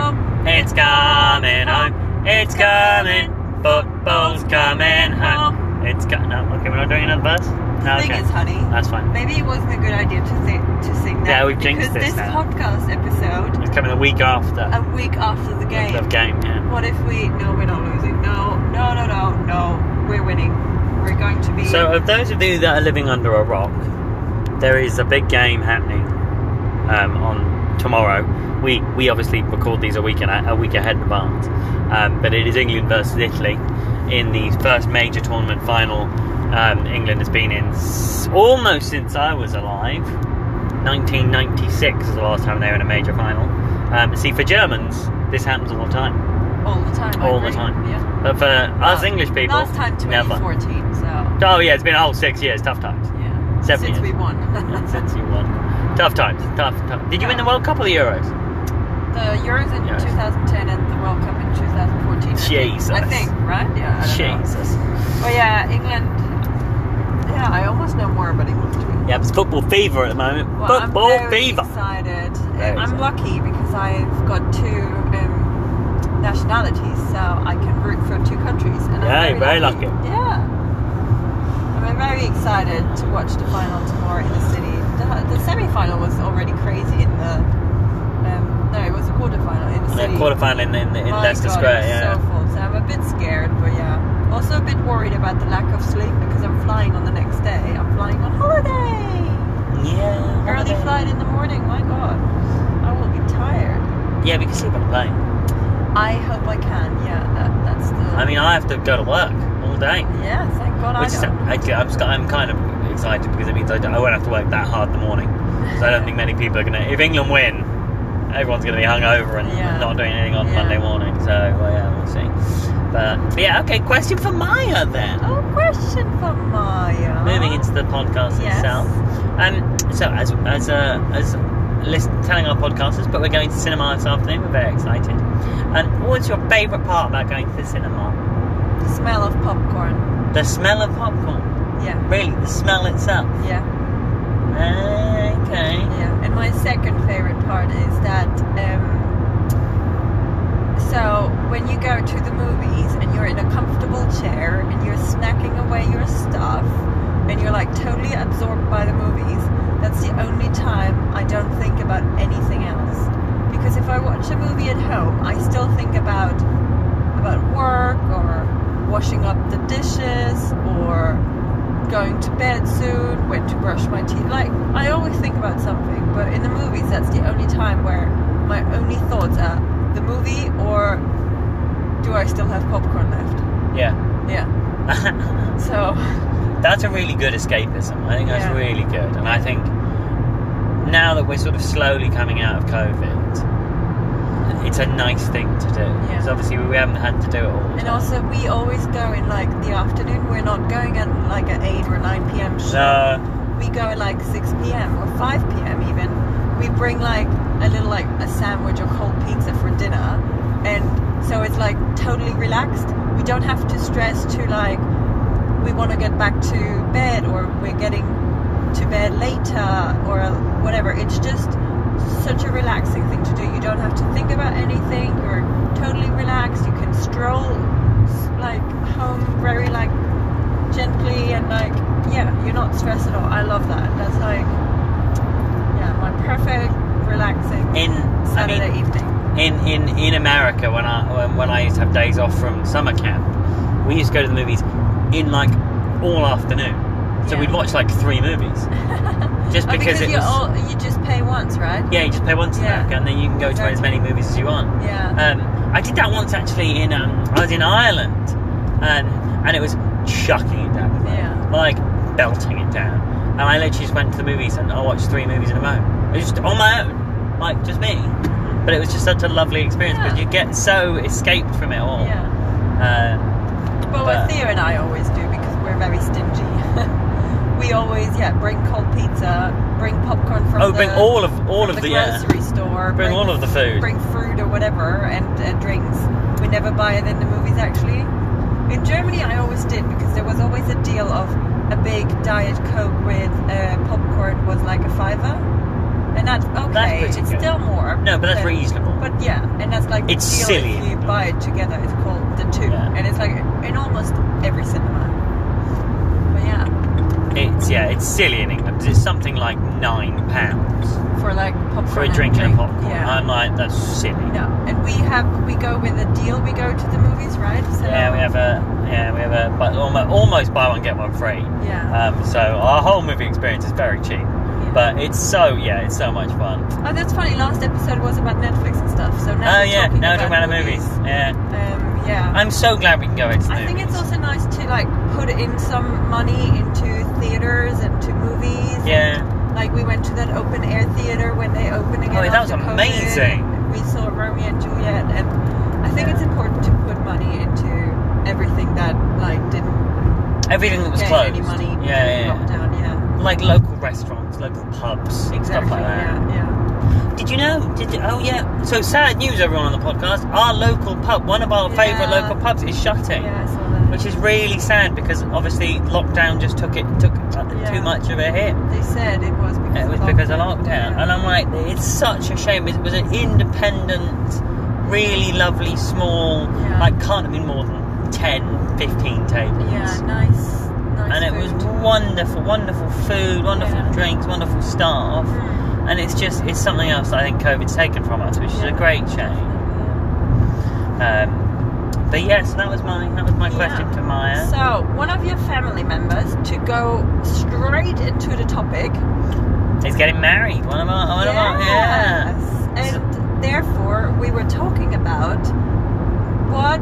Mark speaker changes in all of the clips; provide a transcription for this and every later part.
Speaker 1: It's coming home. It's coming. Football's coming home. It's coming. No, okay, we're not doing another verse. No,
Speaker 2: thing
Speaker 1: okay,
Speaker 2: is, honey,
Speaker 1: that's fine.
Speaker 2: maybe it wasn't a good idea to sing to sing that.
Speaker 1: Yeah, we've jinxed
Speaker 2: because
Speaker 1: this
Speaker 2: this
Speaker 1: now.
Speaker 2: podcast episode
Speaker 1: It's coming the week after
Speaker 2: a week after the game.
Speaker 1: the game. Yeah.
Speaker 2: What if we? No, we're not losing. No, no, no, no, no. We're winning. We're going to be.
Speaker 1: So, of those of you that are living under a rock, there is a big game happening um, on tomorrow. We we obviously record these a week in a, a week ahead in advance, um, but it is England versus Italy in the first major tournament final um, England has been in s- almost since I was alive. 1996 is the last time they were in a major final. Um, see, for Germans, this happens all the time,
Speaker 2: all the time. I
Speaker 1: uh, all the
Speaker 2: agree.
Speaker 1: time.
Speaker 2: Yeah.
Speaker 1: but for us
Speaker 2: Well,
Speaker 1: English people,
Speaker 2: Ah, Last time
Speaker 1: never.
Speaker 2: 2014. So
Speaker 1: Oh yeah, it's been a whole six years, tough times.
Speaker 2: yeah,
Speaker 1: Seven
Speaker 2: since we
Speaker 1: years.
Speaker 2: won
Speaker 1: Since you won. Tough times, tough, tough. Did you win the World Cup or the Euros?
Speaker 2: the Euros in
Speaker 1: Yes.
Speaker 2: 2010 and the World Cup in 2014. I think.
Speaker 1: Jesus.
Speaker 2: I think right. Yeah. I don't know.
Speaker 1: Jesus.
Speaker 2: Well, Oh, yeah, England. Yeah, I almost know more about England. to be
Speaker 1: Yeah, it's football fever at the moment.
Speaker 2: Well,
Speaker 1: football
Speaker 2: I'm very
Speaker 1: fever.
Speaker 2: Excited.
Speaker 1: Very
Speaker 2: Um, I'm
Speaker 1: excited.
Speaker 2: lucky because I've got two um, nationalities, so I can root for two countries. And
Speaker 1: Yeah,
Speaker 2: I'm
Speaker 1: you're very lucky.
Speaker 2: Yeah. And I'm very excited to watch the final tomorrow in the city. The, the semi-final was already crazy in the. Um, no, it was a quarter-final in the
Speaker 1: Yeah,
Speaker 2: city.
Speaker 1: quarterfinal in, in, in
Speaker 2: My
Speaker 1: Leicester
Speaker 2: God,
Speaker 1: Square.
Speaker 2: it was
Speaker 1: Yeah.
Speaker 2: so full. So I'm a bit scared, but yeah, also a bit worried about the lack of sleep because I'm flying on the next day. I'm flying on holiday
Speaker 1: yeah.
Speaker 2: early flight in the morning. My God, I will be tired.
Speaker 1: Yeah, we can sleep on the plane.
Speaker 2: I hope I can. Yeah, that, that's the.
Speaker 1: I mean, I have to go to work all day.
Speaker 2: yeah, thank God
Speaker 1: Which is,
Speaker 2: I don't.
Speaker 1: actually, I'm, sc- I'm kind of excited because it means I, don't- I won't have to work that hard in the morning. So I don't think many people are going to. If England win, everyone's going to be hungover and
Speaker 2: Yeah.
Speaker 1: not doing anything on
Speaker 2: Yeah.
Speaker 1: Monday morning. So well, yeah, we'll see. But, but yeah, okay. Question for Maya then.
Speaker 2: Oh, question for Maya.
Speaker 1: Moving into the podcast
Speaker 2: Yes.
Speaker 1: itself. Um, so as as uh, as listen, telling our podcasters, but we're going to cinema this afternoon. We're very excited. And what's your favourite part about going to the cinema?
Speaker 2: the smell of popcorn.
Speaker 1: The smell of popcorn.
Speaker 2: Yeah,
Speaker 1: Really, the smell itself.
Speaker 2: yeah,
Speaker 1: Okay.
Speaker 2: yeah. And my second favorite part is that. Um, so when you go to the movies and you're in a comfortable chair and you're snacking away your stuff and you're like totally absorbed by the movies, that's the only time I don't think about anything else. Because if I watch a movie at home, I still think about about work or washing up the dishes or going to bed soon, when to brush my teeth. Like I always think about something, but in the movies, that's the only time where my only thoughts are the movie or do I still have popcorn left?
Speaker 1: Yeah.
Speaker 2: Yeah. So
Speaker 1: that's a really good escapism. I think that's
Speaker 2: Yeah.
Speaker 1: really good. And I think now that we're sort of slowly coming out of COVID, it's a nice thing to do. Because obviously we haven't had to do it all. the
Speaker 2: And
Speaker 1: time.
Speaker 2: also, we always go in like the afternoon. We're not going at like at 8 or 9 p.m.
Speaker 1: So
Speaker 2: We go at like 6 p.m. or 5 p.m. even. We bring like a little like a sandwich or cold pizza for dinner. And so it's like totally relaxed. We don't have to stress to like, we want to get back to bed or we're getting to bed later or whatever. It's just such a relaxing thing to do. You don't have to think about anything. You're totally relaxed. You can stroll s- like home very like gently and like yeah, you're not stressed at all. I love that. That's like yeah, my perfect relaxing
Speaker 1: in I mean
Speaker 2: Saturday evening.
Speaker 1: in, in, in America when I when, when I used to have days off from summer camp, we used to go to the movies in like all afternoon. So
Speaker 2: Yeah.
Speaker 1: we'd watch like three movies. just
Speaker 2: Oh,
Speaker 1: because, it
Speaker 2: you
Speaker 1: was
Speaker 2: all, you just pay once, right?
Speaker 1: Yeah, you just pay once in
Speaker 2: Yeah.
Speaker 1: America and then you can go to as
Speaker 2: Exactly.
Speaker 1: many movies as you want.
Speaker 2: Yeah.
Speaker 1: Um, I did that once actually in um, I was in Ireland, um, and it was chucking it down, the road.
Speaker 2: Yeah.
Speaker 1: like belting it down. And I literally just went to the movies and I watched three movies in a row. It was just on my own, like just me. But it was just such a lovely experience. But
Speaker 2: Yeah.
Speaker 1: you get so escaped from it all.
Speaker 2: yeah.
Speaker 1: Uh,
Speaker 2: Well,
Speaker 1: Oh. But-
Speaker 2: what Theo and I always do because we're very stingy. we always, yeah, bring cold pizza, bring popcorn from
Speaker 1: oh,
Speaker 2: the,
Speaker 1: bring all of all
Speaker 2: from
Speaker 1: of
Speaker 2: the
Speaker 1: the, yeah,
Speaker 2: grocery store,
Speaker 1: bring all of the food.
Speaker 2: bring fruit or whatever, and uh, drinks. We never buy it in the movies actually. In Germany, I always did because there was always a deal of a big diet coke with uh, popcorn was like a fiver, and that's okay.
Speaker 1: pretty
Speaker 2: it's
Speaker 1: good.
Speaker 2: still more.
Speaker 1: no, but that's
Speaker 2: than-
Speaker 1: reasonable.
Speaker 2: But but yeah, and that's like
Speaker 1: It's
Speaker 2: the deal
Speaker 1: silly.
Speaker 2: If you buy it together, it's called the two,
Speaker 1: Yeah.
Speaker 2: and it's like in almost every cinema. But yeah,
Speaker 1: It's yeah, it's silly in England. 'cause It's something like nine pounds
Speaker 2: for like popcorn
Speaker 1: for a drink and a popcorn. Um,
Speaker 2: Yeah.
Speaker 1: I'm like, that's silly.
Speaker 2: no, and we have we go with a deal. We go to the movies, right? So,
Speaker 1: Yeah, we have a yeah, we have a but almost, almost buy one get one free.
Speaker 2: Yeah.
Speaker 1: Um, so our whole movie experience is very cheap,
Speaker 2: yeah.
Speaker 1: but it's so yeah, it's so much fun.
Speaker 2: oh, that's funny. Last episode was about Netflix and stuff. So now
Speaker 1: oh
Speaker 2: we're
Speaker 1: yeah,
Speaker 2: talking
Speaker 1: now we're
Speaker 2: about
Speaker 1: talking about the movies. Yeah,
Speaker 2: Um, yeah.
Speaker 1: I'm so glad we can go into the
Speaker 2: I think
Speaker 1: movies.
Speaker 2: it's also nice to like put in some money into theaters and to movies.
Speaker 1: yeah,
Speaker 2: Like we went to that open air theater when they open again.
Speaker 1: Oh, that was
Speaker 2: after COVID.
Speaker 1: amazing.
Speaker 2: We saw Romeo and Juliet, and I think
Speaker 1: Yeah.
Speaker 2: it's important to put money into everything that like didn't
Speaker 1: everything that was
Speaker 2: gain
Speaker 1: closed.
Speaker 2: any money
Speaker 1: yeah, yeah,
Speaker 2: during lockdown. Yeah,
Speaker 1: yeah. like local restaurants, local pubs, stuff
Speaker 2: exactly.
Speaker 1: like that.
Speaker 2: Yeah, yeah.
Speaker 1: Did you know? Did you, oh yeah. So sad news, everyone on the podcast. Our local pub, one of our
Speaker 2: Yeah.
Speaker 1: favourite local pubs, is shutting,
Speaker 2: Yeah, I saw that.
Speaker 1: which is really sad because obviously lockdown just took it took uh,
Speaker 2: Yeah.
Speaker 1: too much of a hit.
Speaker 2: they said it was because
Speaker 1: It was
Speaker 2: of
Speaker 1: because of
Speaker 2: lockdown.
Speaker 1: lockdown, and I'm like, it's such a shame. It was an independent, really lovely, small,
Speaker 2: Yeah.
Speaker 1: like can't have been more than 10, 15 tables.
Speaker 2: yeah, nice, nice.
Speaker 1: And it
Speaker 2: food.
Speaker 1: was wonderful, wonderful food, wonderful
Speaker 2: Yeah.
Speaker 1: drinks, wonderful staff.
Speaker 2: Mm.
Speaker 1: And it's just, it's something else that I think COVID's taken from us, which is
Speaker 2: Yeah.
Speaker 1: a great shame.
Speaker 2: Yeah.
Speaker 1: Um, but yes, that was my that was my
Speaker 2: Yeah.
Speaker 1: question to Maya.
Speaker 2: So, one of your family members, to go straight into the topic.
Speaker 1: He's getting married. One of our, one of our, yeah.
Speaker 2: Yes. And therefore, we were talking about what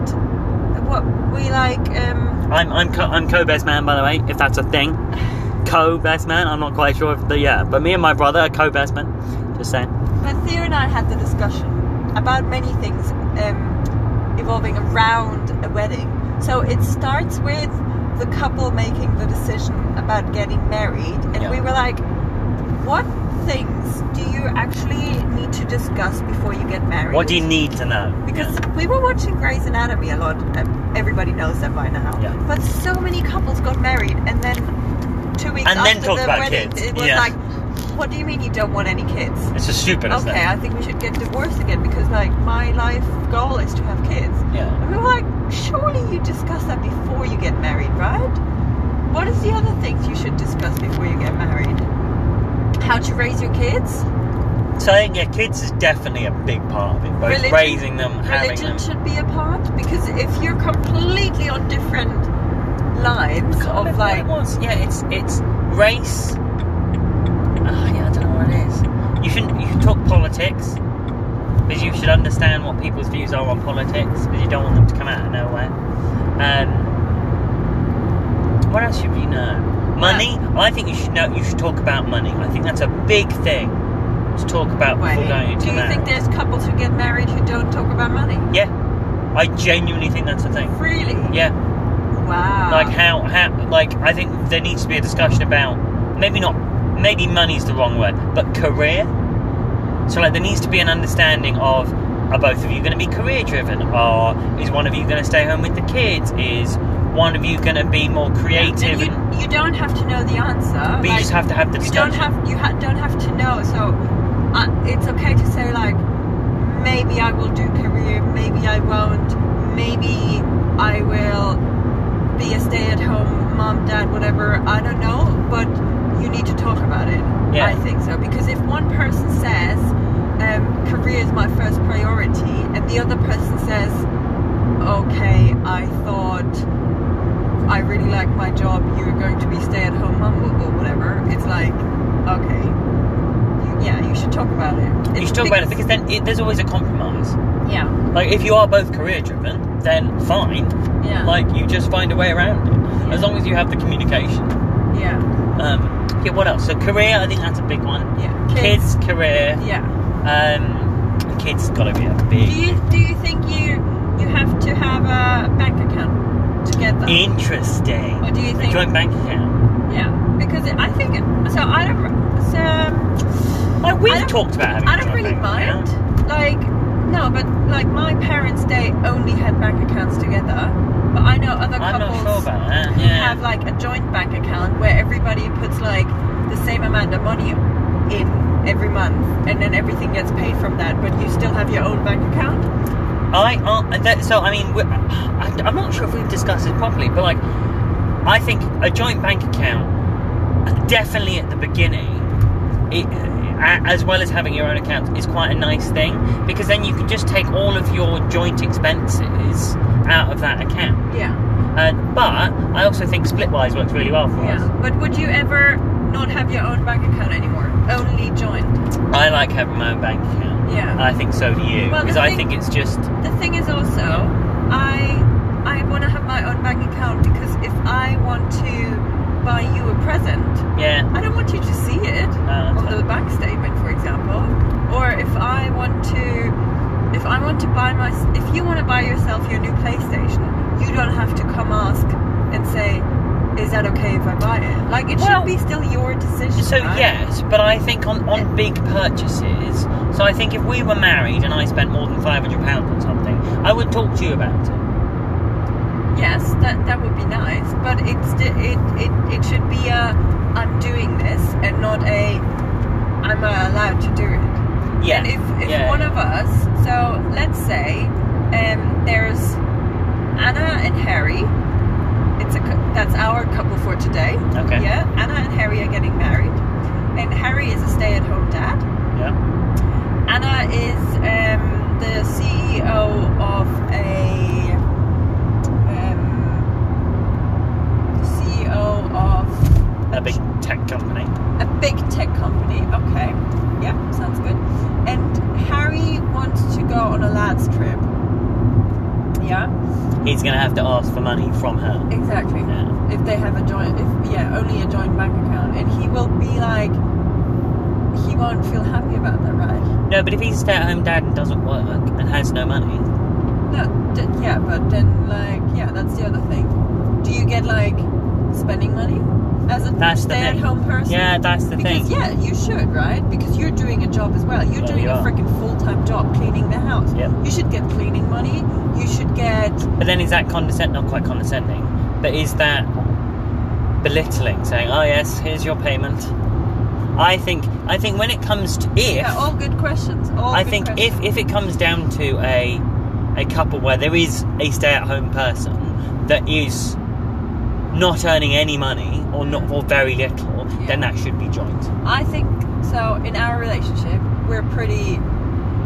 Speaker 2: what we like. Um,
Speaker 1: I'm I'm co- I'm co-best man by the way, if that's a thing. Co-best man. I'm not quite sure if the yeah, but me and my brother are co-best man. Just saying.
Speaker 2: but Theo and I had the discussion about many things um, evolving around a wedding. So it starts with the couple making the decision about getting married, and
Speaker 1: Yeah.
Speaker 2: we were like, what things do you actually need to discuss before you get married?
Speaker 1: What do you need to know?
Speaker 2: because we were watching Grey's Anatomy a lot. um, Everybody knows that by now.
Speaker 1: Yeah.
Speaker 2: But so many couples got married and then two weeks
Speaker 1: And then
Speaker 2: after
Speaker 1: talked
Speaker 2: the
Speaker 1: about
Speaker 2: wedding,
Speaker 1: kids.
Speaker 2: it was
Speaker 1: Yeah.
Speaker 2: like, what do you mean you don't want any kids?
Speaker 1: Yeah. it's just stupid. isn't
Speaker 2: okay, I think we should get divorced again because like my life goal is to have kids.
Speaker 1: it? Yeah.
Speaker 2: And we were like, surely you discuss that before you get married, right? What is the other things you should discuss before you get married? How to raise your kids?
Speaker 1: So I think yeah, kids is definitely a big part of it. Both
Speaker 2: Religion-
Speaker 1: raising them, having
Speaker 2: religion
Speaker 1: them.
Speaker 2: should be a part because if you're completely on different lines
Speaker 1: Kind
Speaker 2: of
Speaker 1: of what
Speaker 2: like
Speaker 1: it was. Yeah, it's it's race. Ah, yeah, I don't know what it is. You shouldn't. You should talk politics because you should understand what people's views are on politics because you don't want them to come out of nowhere. Um, what else should you know? Money. I think you should know. You should talk about money. I think that's a big thing to talk about
Speaker 2: wait,
Speaker 1: before going into
Speaker 2: do you
Speaker 1: marriage.
Speaker 2: think there's couples who get married who don't talk about money
Speaker 1: yeah, I genuinely think that's a thing.
Speaker 2: really
Speaker 1: Yeah.
Speaker 2: wow
Speaker 1: like how, how like i think there needs to be a discussion about maybe not maybe money's the wrong word but career so like there needs to be an understanding of are both of you going to be career driven or is one of you going to stay home with the kids is one of you going to be more creative
Speaker 2: and you, you don't have to know the answer
Speaker 1: but you
Speaker 2: like,
Speaker 1: just have to have the
Speaker 2: you don't
Speaker 1: discussion
Speaker 2: have you ha- don't have to know so uh, it's okay to say like maybe i will do career maybe i won't maybe i will be a stay-at-home mom dad whatever i don't know but you need to talk about it
Speaker 1: Yeah.
Speaker 2: i think so because if one person says um, career is my first priority and the other person says okay i thought I really like my job, you're going to be stay at home mum or, or whatever, it's like, okay, you, yeah, you should talk about it.
Speaker 1: you
Speaker 2: It's
Speaker 1: should talk about it because then it, there's always a compromise
Speaker 2: Yeah,
Speaker 1: like if you are both career driven then fine
Speaker 2: yeah.
Speaker 1: like you just find a way around it as long as you have the communication
Speaker 2: Yeah,
Speaker 1: um yeah what else so career i think that's a big one
Speaker 2: yeah.
Speaker 1: kids, career,
Speaker 2: Yeah.
Speaker 1: um, kids gotta be a
Speaker 2: Do
Speaker 1: big
Speaker 2: you, do you think you you have to have a bank account to get that?
Speaker 1: interesting.
Speaker 2: Or do you think?
Speaker 1: A joint bank account.
Speaker 2: Yeah, because I think so. I don't. So
Speaker 1: Like
Speaker 2: I
Speaker 1: we've
Speaker 2: don't-
Speaker 1: talked about having
Speaker 2: I
Speaker 1: a
Speaker 2: don't
Speaker 1: joint
Speaker 2: really
Speaker 1: bank
Speaker 2: mind.
Speaker 1: account.
Speaker 2: Like, no, but like my parents, they only had bank accounts together. But I know other
Speaker 1: I'm
Speaker 2: couples.
Speaker 1: not sure about that.
Speaker 2: You
Speaker 1: Yeah.
Speaker 2: have like a joint bank account where everybody puts like the same amount of money in every month, and then everything gets paid from that, but you still have your own bank account.
Speaker 1: I uh, that, so I mean we're- I- I'm not sure if we've discussed this properly, but like I think a joint bank account definitely at the beginning, it, a- as well as having your own account, is quite a nice thing because then you can just take all of your joint expenses out of that account.
Speaker 2: Yeah,
Speaker 1: Uh, but I also think splitwise works really well for us.
Speaker 2: yeah. But would you ever not have your own bank account anymore? Only joint.
Speaker 1: I like having my own bank account.
Speaker 2: Yeah.
Speaker 1: I think so do you
Speaker 2: Well, the
Speaker 1: because I
Speaker 2: thing-
Speaker 1: think it's just
Speaker 2: The thing is also, I I want to have my own bank account because if I want to buy you a present,
Speaker 1: yeah. Uh,
Speaker 2: I don't want you to see it.
Speaker 1: No,
Speaker 2: on the bank statement, for example, or if I want to, if I want to buy my, if you want to buy yourself your new PlayStation, you don't have to come ask and say, "Is that okay if I buy it?" Like it
Speaker 1: Well-
Speaker 2: should be still your decision.
Speaker 1: So
Speaker 2: right?
Speaker 1: yes, but I think on, on big purchases. So I think if we were married and I spent more than five hundred pounds on something, I would talk to you about it.
Speaker 2: yes, that that would be nice, but it's the- it it it should be a I'm doing this and not a I'm uh, allowed to do it.
Speaker 1: Yeah.
Speaker 2: And if, if
Speaker 1: yeah.
Speaker 2: one of us, so let's say um, there's Anna and Harry. It's a cou- that's our couple for today.
Speaker 1: Okay.
Speaker 2: Yeah, Anna and Harry are getting married, and Harry is a stay-at-home dad.
Speaker 1: Yeah.
Speaker 2: Anna is um, the CEO of a um, CEO of
Speaker 1: A big tech company.
Speaker 2: a big tech company. Okay. Yep, sounds good. And Harry wants to go on a lads trip. Yeah,
Speaker 1: He's gonna have to ask for money from her.
Speaker 2: exactly.
Speaker 1: Yeah.
Speaker 2: If they have a joint, if yeah, only a joint bank account, and he will be like, he won't feel happy about that, right?
Speaker 1: No, but if he's a stay-at-home dad and doesn't work and has no money,
Speaker 2: No, d- yeah, but then like, yeah, that's the other thing. Do you get like spending money as a
Speaker 1: That's the thing.
Speaker 2: stay-at-home person?
Speaker 1: yeah, that's the
Speaker 2: Because
Speaker 1: thing.
Speaker 2: yeah, you should, right? Because you're doing a job as well. You're
Speaker 1: Yeah,
Speaker 2: doing
Speaker 1: you
Speaker 2: a
Speaker 1: are.
Speaker 2: freaking full-time job cleaning the house.
Speaker 1: Yep.
Speaker 2: You should get cleaning money. You should get
Speaker 1: But then is that condescending? Not quite condescending, but is that belittling? Saying, "Oh yes, here's your payment." I think I think when it comes to if
Speaker 2: yeah, all good questions. All
Speaker 1: I
Speaker 2: good
Speaker 1: think
Speaker 2: questions.
Speaker 1: if, if it comes down to a a couple where there is a stay at home person that is not earning any money or not or very little, then
Speaker 2: Yeah.
Speaker 1: that should be joint.
Speaker 2: I think so in our relationship, we're pretty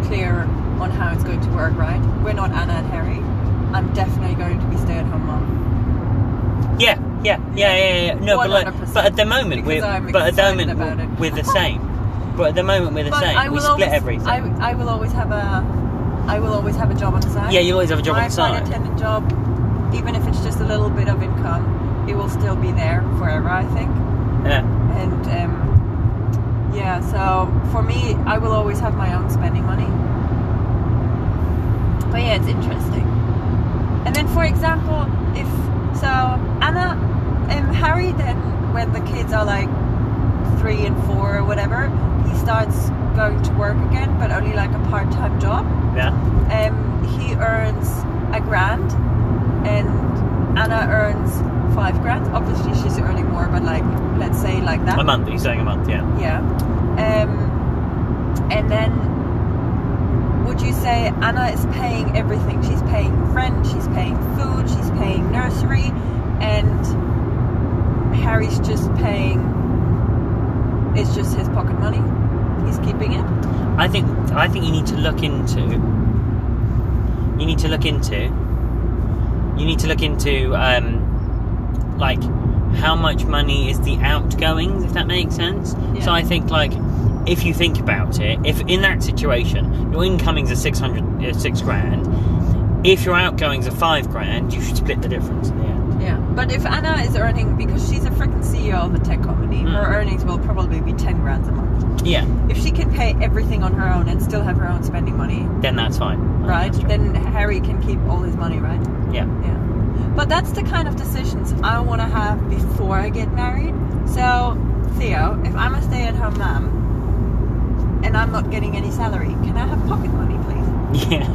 Speaker 2: clear on how it's going to work, right? We're not Anna and Harry. I'm definitely going to be stay-at-home mom.
Speaker 1: Yeah, yeah, yeah, yeah, yeah. No, but like,
Speaker 2: 100%,
Speaker 1: but at the moment we're
Speaker 2: because I'm
Speaker 1: but at the
Speaker 2: excited
Speaker 1: moment
Speaker 2: about it.
Speaker 1: we're the same. But at the moment we're the
Speaker 2: but
Speaker 1: same.
Speaker 2: I will
Speaker 1: we split
Speaker 2: always,
Speaker 1: everything.
Speaker 2: I, I will always have a, I will always have a job on the side.
Speaker 1: yeah, you always have a job
Speaker 2: my
Speaker 1: on the side.
Speaker 2: flight attendant job, even if it's just a little bit of income, it will still be there forever, I think.
Speaker 1: Yeah,
Speaker 2: And um, yeah, so for me, I will always have my own spending money. But yeah, it's interesting. And then, for example, if so, Anna and Harry, then when the kids are like three and four or whatever, he starts going to work again, but only like a part time job
Speaker 1: yeah.
Speaker 2: um, he earns a grand and Anna earns five grand. Obviously, she's earning more, but like, let's say like that.
Speaker 1: A month. You're saying a month. Yeah.
Speaker 2: Yeah. Um, and then, would you say Anna is paying everything? She's paying rent, she's paying food, she's paying nursery, and Harry's just paying. It's just his pocket money. He's keeping it.
Speaker 1: I think I think you need to look into. You need to look into. You need to look into um, like how much money is the outgoings, if that makes sense.
Speaker 2: Yeah.
Speaker 1: So I think like if you think about it, if in that situation your incomings are six hundred, uh, six grand, if your outgoings are five grand, you should split the difference in the end.
Speaker 2: Yeah, but if Anna is earning because she's a freaking CEO of a tech company,
Speaker 1: Mm.
Speaker 2: her earnings will probably be ten grand a month.
Speaker 1: Yeah,
Speaker 2: If she can pay everything on her own and still have her own spending money,
Speaker 1: then that's fine. I think
Speaker 2: right?
Speaker 1: Oh, that's true.
Speaker 2: Then Harry can keep all his money, right?
Speaker 1: yeah,
Speaker 2: Yeah. But that's the kind of decisions I want to have before I get married. So, Theo, if I'm a stay-at-home mom and I'm not getting any salary, can I have pocket money, please,
Speaker 1: yeah.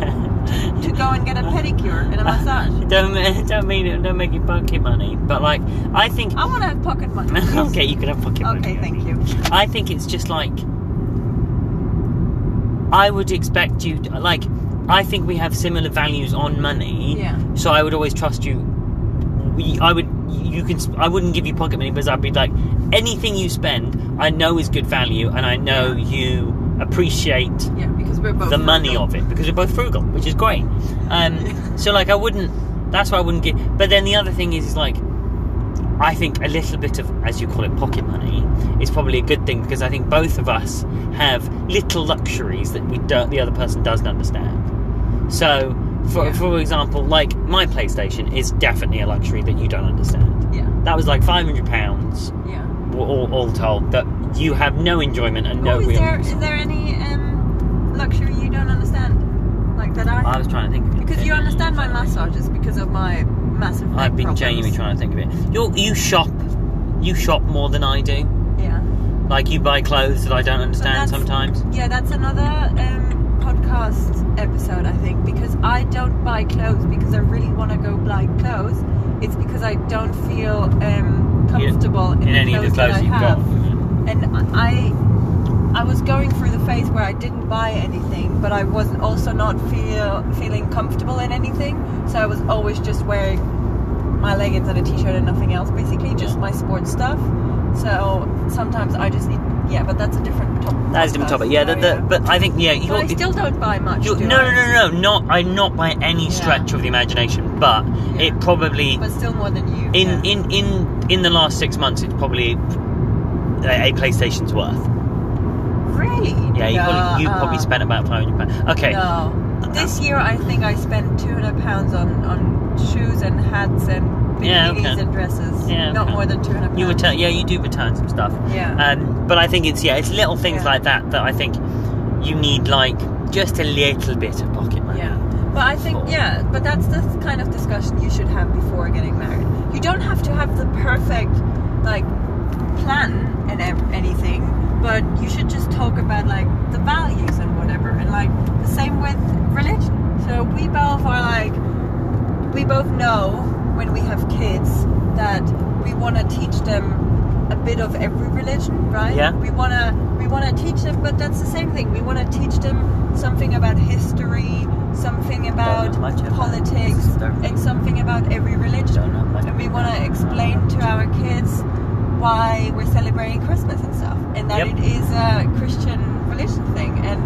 Speaker 2: to go and get a pedicure and a massage?
Speaker 1: don't ma- don't mean it. Don't make it pocket money. But like, I think.
Speaker 2: Oh. I want to have pocket money. please.
Speaker 1: okay, you can have pocket money.
Speaker 2: Okay, thank you.
Speaker 1: I think it's just like I would expect you, to, like, I think we have similar values on money.
Speaker 2: Yeah.
Speaker 1: So I would always trust you. We, I would, you can, sp- I wouldn't give you pocket money because I'd be like, anything you spend, I know is good value, and I know you appreciate
Speaker 2: Yeah, because we're both
Speaker 1: the money
Speaker 2: frugal.
Speaker 1: of it because we're both frugal, which is great. Um, so like I wouldn't. That's why I wouldn't get. But then the other thing is, is like I think a little bit of, as you call it, pocket money is probably a good thing because I think both of us have little luxuries that we don't, the other person doesn't understand. So, for
Speaker 2: Yeah.
Speaker 1: for example, like my PlayStation is definitely a luxury that you don't understand.
Speaker 2: Yeah,
Speaker 1: That was like five hundred pounds
Speaker 2: yeah.
Speaker 1: all, all told that you have no enjoyment and no
Speaker 2: oh, is
Speaker 1: real.
Speaker 2: there is there any um, luxury you don't understand, like that I?
Speaker 1: I was trying to think of it.
Speaker 2: because you understand my massages because of my massive. neck
Speaker 1: I've been
Speaker 2: problems.
Speaker 1: genuinely trying to think of it. You you shop, you shop more than I do.
Speaker 2: Yeah,
Speaker 1: Like you buy clothes that I don't understand
Speaker 2: that's-
Speaker 1: sometimes.
Speaker 2: yeah. That's another um, podcast episode, I think, because I don't buy clothes because I really want to go buy clothes. It's because I don't feel um, comfortable in,
Speaker 1: In any of the
Speaker 2: that
Speaker 1: clothes
Speaker 2: I
Speaker 1: you've
Speaker 2: have.
Speaker 1: got.
Speaker 2: and I I was going through the phase where I didn't buy anything, but I was also not feel feeling comfortable in anything. So I was always just wearing my leggings and a t-shirt and nothing else, basically just
Speaker 1: Yeah.
Speaker 2: my sports stuff. So sometimes I just need yeah, but that's a different topic.
Speaker 1: That is a different topic. Yeah, the, the, but I think yeah.
Speaker 2: but I
Speaker 1: You're,
Speaker 2: still don't buy much.
Speaker 1: you're,
Speaker 2: do
Speaker 1: no,
Speaker 2: I?
Speaker 1: no, no, no, not I not by any
Speaker 2: Yeah.
Speaker 1: stretch of the imagination, but
Speaker 2: Yeah.
Speaker 1: it probably
Speaker 2: But still more than you.
Speaker 1: in,
Speaker 2: yeah.
Speaker 1: in in in the last six months it's probably a, a PlayStation's worth.
Speaker 2: really?
Speaker 1: Yeah, you probably you probably
Speaker 2: uh,
Speaker 1: spent about five hundred pounds. Okay,
Speaker 2: No. This year, I think I spent two hundred pounds on on shoes and hats and bikinis
Speaker 1: Yeah, okay.
Speaker 2: and dresses.
Speaker 1: Yeah,
Speaker 2: Not
Speaker 1: okay.
Speaker 2: more than two hundred.
Speaker 1: you return. Yeah, you do return some stuff.
Speaker 2: Yeah.
Speaker 1: Um, but I think it's yeah, it's little things
Speaker 2: Yeah.
Speaker 1: like that that I think you need like just a little bit of pocket money.
Speaker 2: yeah. But I think
Speaker 1: Cool.
Speaker 2: yeah, but that's the kind of discussion you should have before getting married. You don't have to have the perfect like plan and ev- anything, but you should just talk about like the values and whatever. And like the same with religion. So we both are like we both know when we have kids that we want to teach them a bit of every religion, right?
Speaker 1: Yeah.
Speaker 2: We wanna we wanna teach them, but that's the same thing. We wanna teach them something about history, something about
Speaker 1: know much about
Speaker 2: politics,
Speaker 1: this, don't we?
Speaker 2: and something about every religion.
Speaker 1: Don't know much
Speaker 2: And we wanna explain to our kids why we're celebrating Christmas and stuff, and that
Speaker 1: Yep.
Speaker 2: it is a Christian religion thing. And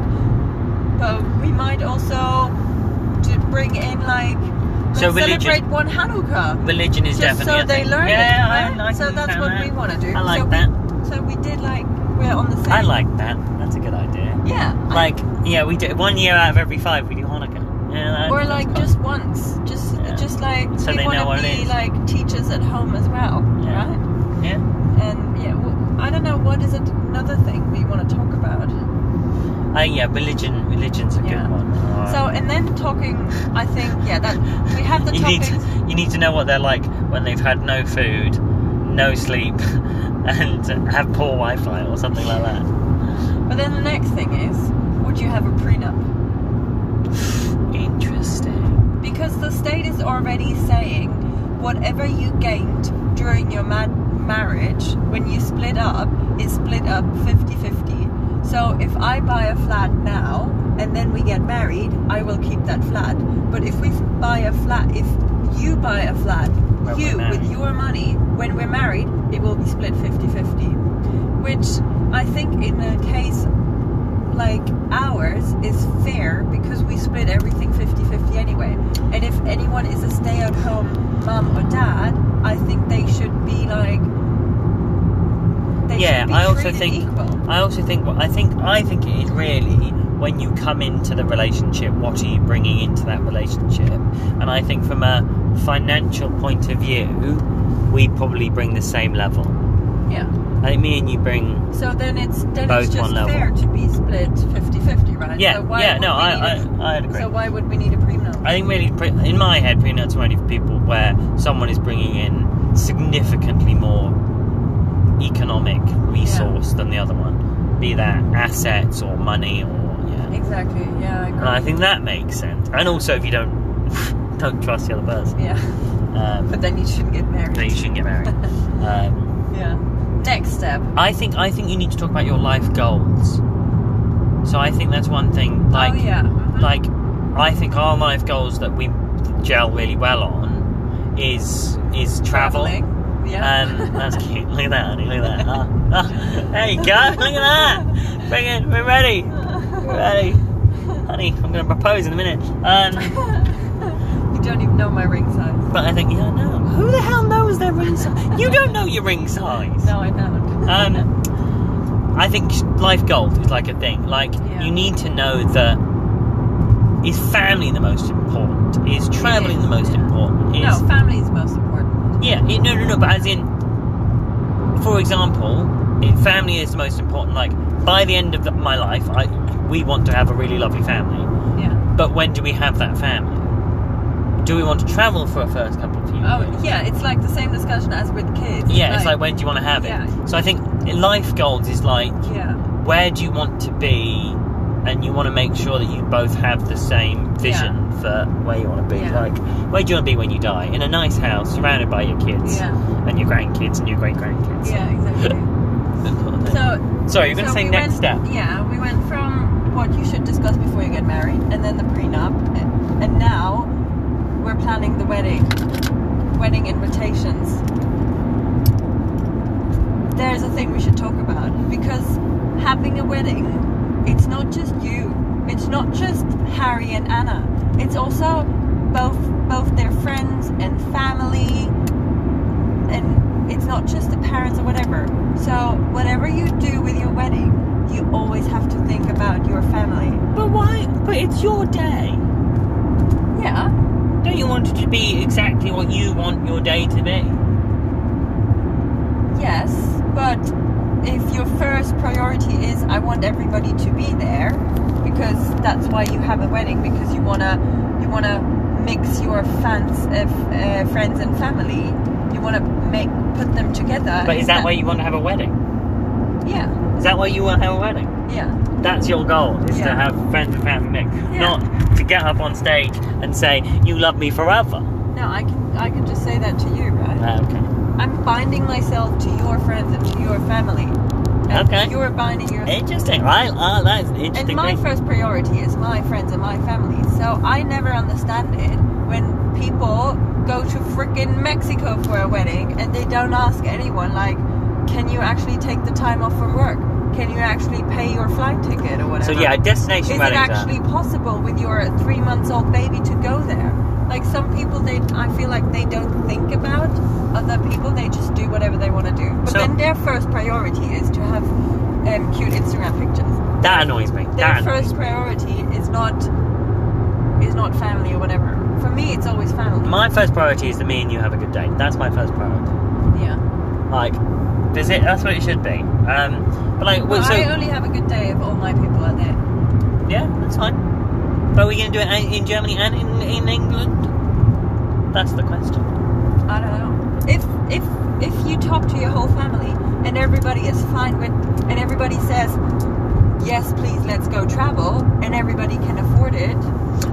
Speaker 2: but we might also d- bring in like let's
Speaker 1: So religion-
Speaker 2: celebrate one Hanukkah.
Speaker 1: Religion is
Speaker 2: Just
Speaker 1: definitely.
Speaker 2: so
Speaker 1: a
Speaker 2: they
Speaker 1: thing.
Speaker 2: learn
Speaker 1: Yeah,
Speaker 2: it, right?
Speaker 1: I like
Speaker 2: so that's
Speaker 1: that,
Speaker 2: what
Speaker 1: man.
Speaker 2: we want to do.
Speaker 1: I like
Speaker 2: so
Speaker 1: that.
Speaker 2: We, so we did like we're on the same.
Speaker 1: I like that. That's a good idea.
Speaker 2: Yeah. I-
Speaker 1: Like yeah, we do one year out of every five we do Hanukkah. Yeah, that-
Speaker 2: or
Speaker 1: that's
Speaker 2: like
Speaker 1: cool.
Speaker 2: just once, just
Speaker 1: Yeah.
Speaker 2: just like
Speaker 1: So
Speaker 2: we
Speaker 1: they
Speaker 2: want
Speaker 1: know what
Speaker 2: to
Speaker 1: it
Speaker 2: be
Speaker 1: is.
Speaker 2: like teachers at home as well,
Speaker 1: Yeah.
Speaker 2: right?
Speaker 1: yeah.
Speaker 2: And yeah, well, I don't know what is it, another thing we want to talk about.
Speaker 1: Uh, yeah, religion. Religion's a
Speaker 2: Yeah.
Speaker 1: good one. Alright.
Speaker 2: So and then talking, I think yeah that we have the
Speaker 1: you need
Speaker 2: topics.
Speaker 1: to, you need to know what they're like when they've had no food, no sleep, and have poor Wi-Fi or something like that.
Speaker 2: But then the next thing is, would you have a prenup?
Speaker 1: Interesting.
Speaker 2: Because the state is already saying whatever you gained during your mad marriage when you split up is split up 50-50. So if I buy a flat now and then we get married, I will keep that flat. But if we buy a flat, if you buy a flat,
Speaker 1: When
Speaker 2: you
Speaker 1: we're
Speaker 2: with
Speaker 1: married.
Speaker 2: your money when we're married, it will be split 50-50. Which I think in a case like ours is fair because we split everything 50-50 anyway and if anyone is a stay-at-home mom or dad i think they should be like they
Speaker 1: Yeah,
Speaker 2: should be
Speaker 1: I also
Speaker 2: treated
Speaker 1: think-
Speaker 2: equal
Speaker 1: I also think what I think I think it is really when you come into the relationship, what are you bringing into that relationship? And I think from a financial point of view, we probably bring the same level.
Speaker 2: yeah
Speaker 1: I think me and you bring.
Speaker 2: so then it's then
Speaker 1: Both
Speaker 2: it's just
Speaker 1: one level.
Speaker 2: fair to be split 50-50 right
Speaker 1: Yeah,
Speaker 2: so why
Speaker 1: yeah,
Speaker 2: would
Speaker 1: no,
Speaker 2: we
Speaker 1: I,
Speaker 2: need a-
Speaker 1: I, I'd agree.
Speaker 2: so why would we need a prenup
Speaker 1: I think really, pre- in my head, prenups are only for people where someone is bringing in significantly more economic resource than the other one, be that assets or money or yeah.
Speaker 2: exactly yeah i agree
Speaker 1: And I think that makes sense. And also, if you don't don't trust the other person,
Speaker 2: yeah
Speaker 1: um,
Speaker 2: but then you shouldn't get married
Speaker 1: then you shouldn't get married. Um,
Speaker 2: yeah next step
Speaker 1: I think I think you need to talk about your life goals. So I think that's one thing. Like,
Speaker 2: oh yeah. mhm.
Speaker 1: like I think our life goals that we gel really well on is is travel.
Speaker 2: Traveling. Yeah.
Speaker 1: Um, that's cute. Look at that, honey. Look at that. Ah, ah. there you go. Look at that. Bring it. We're ready. We're ready, honey. I'm gonna propose in a minute. Um,
Speaker 2: you don't even know my ring size.
Speaker 1: but I think yeah, no. Who the hell knows their ring size? You don't know your ring size.
Speaker 2: No, I don't.
Speaker 1: Um, I think life gold is like a thing. Like
Speaker 2: Yeah.
Speaker 1: you need to know that is family the most important? Is traveling
Speaker 2: is,
Speaker 1: the most
Speaker 2: yeah.
Speaker 1: important? Is
Speaker 2: no, family is most important.
Speaker 1: yeah, it, no, no, no. But as in, for example, it, family is the most important. Like by the end of the, my life, I we want to have a really lovely family.
Speaker 2: Yeah.
Speaker 1: But when do we have that family? Do we want to travel for a first couple of years?
Speaker 2: Oh yeah, it's like the same discussion as with kids.
Speaker 1: Yeah, it's like when do you want to have it?
Speaker 2: Yeah.
Speaker 1: So I think life goals is like
Speaker 2: yeah,
Speaker 1: where do you want to be and you want to make sure that you both have the same vision for where you want to be
Speaker 2: Yeah.
Speaker 1: like where do you want to be when you die in a nice house surrounded by your kids
Speaker 2: yeah,
Speaker 1: and your grandkids and your great grandkids
Speaker 2: yeah, exactly. So
Speaker 1: sorry you're going to
Speaker 2: So
Speaker 1: say
Speaker 2: we
Speaker 1: next step
Speaker 2: went- Yeah, we went from what you should discuss before you get married, and then the prenup, and, and now we're planning the wedding, wedding invitations. There's a thing we should talk about because having a wedding, it's not just you, it's not just Harry and Anna, it's also both both their friends and family and it's not just the parents or whatever. So whatever you do with your wedding, you always have to think about your family.
Speaker 1: but why but it's your day
Speaker 2: Yeah.
Speaker 1: don't you want it to be exactly what you want your day to be
Speaker 2: Yes, but if your first priority is I want everybody to be there because that's why you have a wedding because you wanna you wanna mix your fans uh, f- uh, friends and family. You wanna make put them together.
Speaker 1: but is that why you want to have a wedding
Speaker 2: Yeah.
Speaker 1: is that why you want to have a wedding
Speaker 2: Yeah.
Speaker 1: That's your goal is to
Speaker 2: Yeah.
Speaker 1: have friends and family mix,
Speaker 2: Yeah.
Speaker 1: not to get up on stage and say you love me forever.
Speaker 2: No, I can I can just say that to you, right?
Speaker 1: Ah, okay.
Speaker 2: I'm binding myself to your friends and to your family. And
Speaker 1: Okay.
Speaker 2: You're binding your.
Speaker 1: Interesting. I, I that's an interesting
Speaker 2: And my
Speaker 1: thing.
Speaker 2: first priority is my friends and my family. So I never understand it when people go to freaking Mexico for a wedding and they don't ask anyone, like, can you actually take the time off from work? Can you actually pay your flight ticket or
Speaker 1: so
Speaker 2: whatever?
Speaker 1: yeah,
Speaker 2: Is
Speaker 1: destination uh,
Speaker 2: it
Speaker 1: weddings. are-
Speaker 2: actually possible with your three months old baby to go there? Like some people, they I feel like they don't think about other people. They just do whatever they want to do. But
Speaker 1: So-
Speaker 2: then their first priority is to have um, cute Instagram pictures.
Speaker 1: that annoys me.
Speaker 2: Their
Speaker 1: That annoys
Speaker 2: first
Speaker 1: me.
Speaker 2: priority is not is not family or whatever. For me, it's always family.
Speaker 1: My first priority is that me and you have a good date. That's my first priority.
Speaker 2: yeah.
Speaker 1: Like, does it? That's what it should be. Um, but like, well,
Speaker 2: But
Speaker 1: so
Speaker 2: I only have a good day if all my people are there.
Speaker 1: yeah, that's fine. But are we going to do it a- in Germany and in, in England? That's the question.
Speaker 2: I don't know. If if if you talk to your whole family and everybody is fine with and everybody says yes, please let's go travel and everybody can afford it,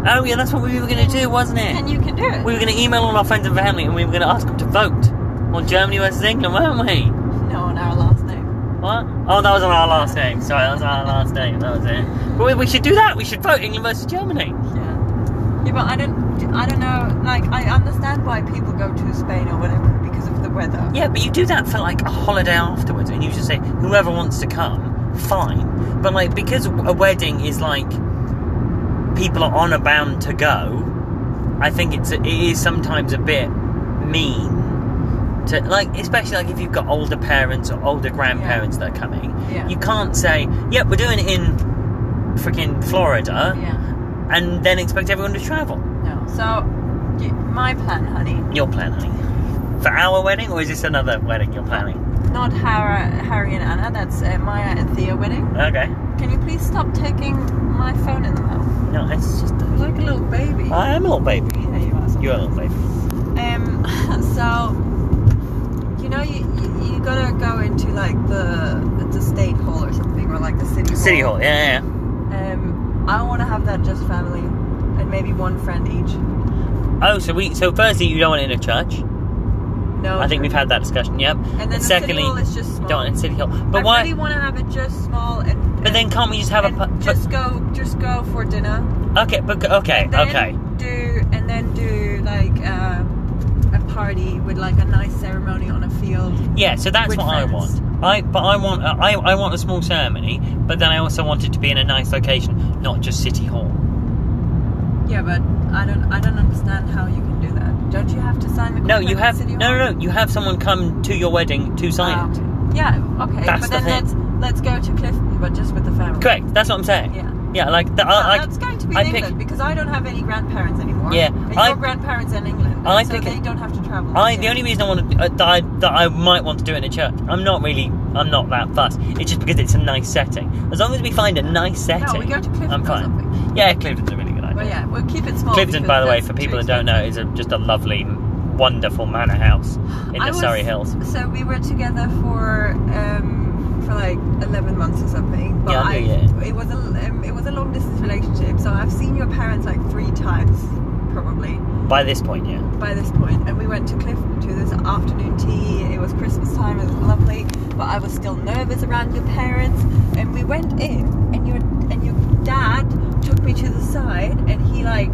Speaker 1: Oh yeah, that's what we were going to do, wasn't it?
Speaker 2: then you can do it.
Speaker 1: We were going to email all our friends and family and we were going to ask them to vote on Germany versus England, weren't we?
Speaker 2: no, on our last name.
Speaker 1: What? Oh, that was on our last name. Sorry, that was on our last name. That was it. But we, we should do that. We should vote England versus Germany.
Speaker 2: Yeah. Yeah, but I don't I don't know. Like I understand why people go to Spain or whatever because of the weather.
Speaker 1: Yeah, but you do that for like a holiday afterwards and you just say, whoever wants to come, fine. But like, because a wedding is like people are honor bound to go, I think it's it is sometimes a bit mean. To, like especially like if you've got older parents or older grandparents that are coming
Speaker 2: Yeah.
Speaker 1: you can't say yep we're doing it in freaking florida
Speaker 2: yeah.
Speaker 1: and then expect everyone to travel.
Speaker 2: No. So y- my plan, honey,
Speaker 1: Your plan, honey. For our wedding, or is this another wedding you're planning?
Speaker 2: not Harry, Harry and Anna. That's uh, Maya and Thea wedding.
Speaker 1: Okay.
Speaker 2: Can you please stop taking my phone in the mouth?
Speaker 1: No, it's just. A,
Speaker 2: Like a little baby.
Speaker 1: I am a little baby.
Speaker 2: Yeah, you are.
Speaker 1: You're a little baby.
Speaker 2: Um, so you know, you, you you gotta go into like the the state hall or something, or like the city hall.
Speaker 1: City Hall. Yeah, yeah.
Speaker 2: Um, I want to have that just family and maybe one friend each.
Speaker 1: yeah. Oh, so we. So firstly, you don't want it in a church.
Speaker 2: No.
Speaker 1: I think we've had that discussion. Yep.
Speaker 2: And then the city
Speaker 1: Secondly,
Speaker 2: hall is just small.
Speaker 1: Don't in City Hall. But
Speaker 2: I
Speaker 1: why?
Speaker 2: really want to have it just small and.
Speaker 1: but then can't we just have a
Speaker 2: and
Speaker 1: pu- pu-
Speaker 2: just go, just go for dinner.
Speaker 1: okay? But okay,
Speaker 2: Then
Speaker 1: okay.
Speaker 2: Do and then do like uh, a party with like a nice ceremony on a field.
Speaker 1: Yeah, so that's
Speaker 2: with
Speaker 1: what I
Speaker 2: friends.
Speaker 1: want. I but I want uh, I, I want a small ceremony, but then I also want it to be in a nice location, not just City Hall.
Speaker 2: Yeah, but I don't, I don't understand how you can do that. Don't you have to sign the
Speaker 1: No,
Speaker 2: contract
Speaker 1: you
Speaker 2: with
Speaker 1: have
Speaker 2: City
Speaker 1: no,
Speaker 2: Hall?
Speaker 1: no, no. You have someone come to your wedding to sign it.
Speaker 2: Um, yeah, okay,
Speaker 1: That's
Speaker 2: but
Speaker 1: the
Speaker 2: then let's let's go to Clifton, but just with the family.
Speaker 1: Correct. That's what I'm saying.
Speaker 2: Um, Yeah.
Speaker 1: Yeah, like that.
Speaker 2: No,
Speaker 1: I, I,
Speaker 2: that's going to be
Speaker 1: I
Speaker 2: in
Speaker 1: pick-
Speaker 2: England because I don't have any grandparents anymore.
Speaker 1: Yeah,
Speaker 2: and
Speaker 1: I-
Speaker 2: your grandparents are in England,
Speaker 1: I
Speaker 2: so
Speaker 1: pick
Speaker 2: they
Speaker 1: it-
Speaker 2: don't have to travel.
Speaker 1: I
Speaker 2: so-
Speaker 1: the only reason I want to uh, that, I, that I might want to do it in a church. I'm not really. I'm not that fussed. It's just because it's a nice setting. As long as we find a nice setting,
Speaker 2: no, we go to Clifton
Speaker 1: I'm
Speaker 2: or
Speaker 1: fine.
Speaker 2: something.
Speaker 1: Yeah, Clifton's a really good idea.
Speaker 2: Well, yeah, we'll keep it small.
Speaker 1: Clifton,
Speaker 2: because
Speaker 1: by the way,
Speaker 2: that's
Speaker 1: for
Speaker 2: too
Speaker 1: people that don't know, is a, just a lovely, wonderful manor house in the
Speaker 2: I was-
Speaker 1: Surrey Hills.
Speaker 2: So we were together for um, for like eleven months or something. But
Speaker 1: Yeah, I
Speaker 2: I,
Speaker 1: knew, yeah.
Speaker 2: it was a um, it was a long distance relationship. So I've seen your parents like three times probably
Speaker 1: By this point, yeah.
Speaker 2: by this point, and we went to Clifton to this afternoon tea. It was Christmas time. It was lovely, but I was still nervous around your parents. And we went in, and your and your dad took me to the side, and he like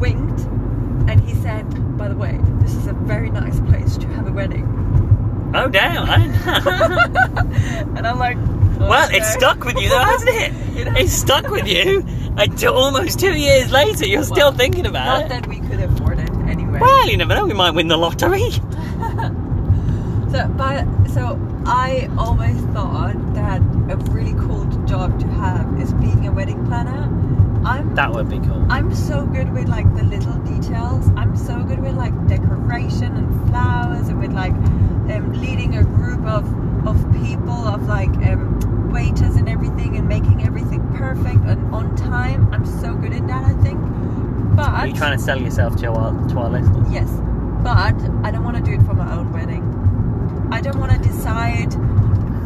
Speaker 2: winked, and he said, "By the way, this is a very nice place to have a wedding."
Speaker 1: Oh damn! I,
Speaker 2: and I'm like,
Speaker 1: well,
Speaker 2: "Okay."
Speaker 1: it's stuck with you though, hasn't it?
Speaker 2: It has.
Speaker 1: It's stuck with you. Until almost two years later, you're still
Speaker 2: Well,
Speaker 1: thinking about
Speaker 2: Not
Speaker 1: it.
Speaker 2: that we could afford it anyway.
Speaker 1: Well, you never know. We might win the lottery.
Speaker 2: So, but so I always thought that a really cool job to have is being a wedding planner. I'm
Speaker 1: That would be cool.
Speaker 2: I'm so good with like the little details. I'm so good with like decoration and flowers and with like um, leading a group of of people of like um, waiters and everything and making everything perfect and on time. I'm so good in that. I think. But
Speaker 1: Are you trying to sell yourself to our to our listeners?
Speaker 2: Yes, but I don't want to do it for my own wedding. I don't want to decide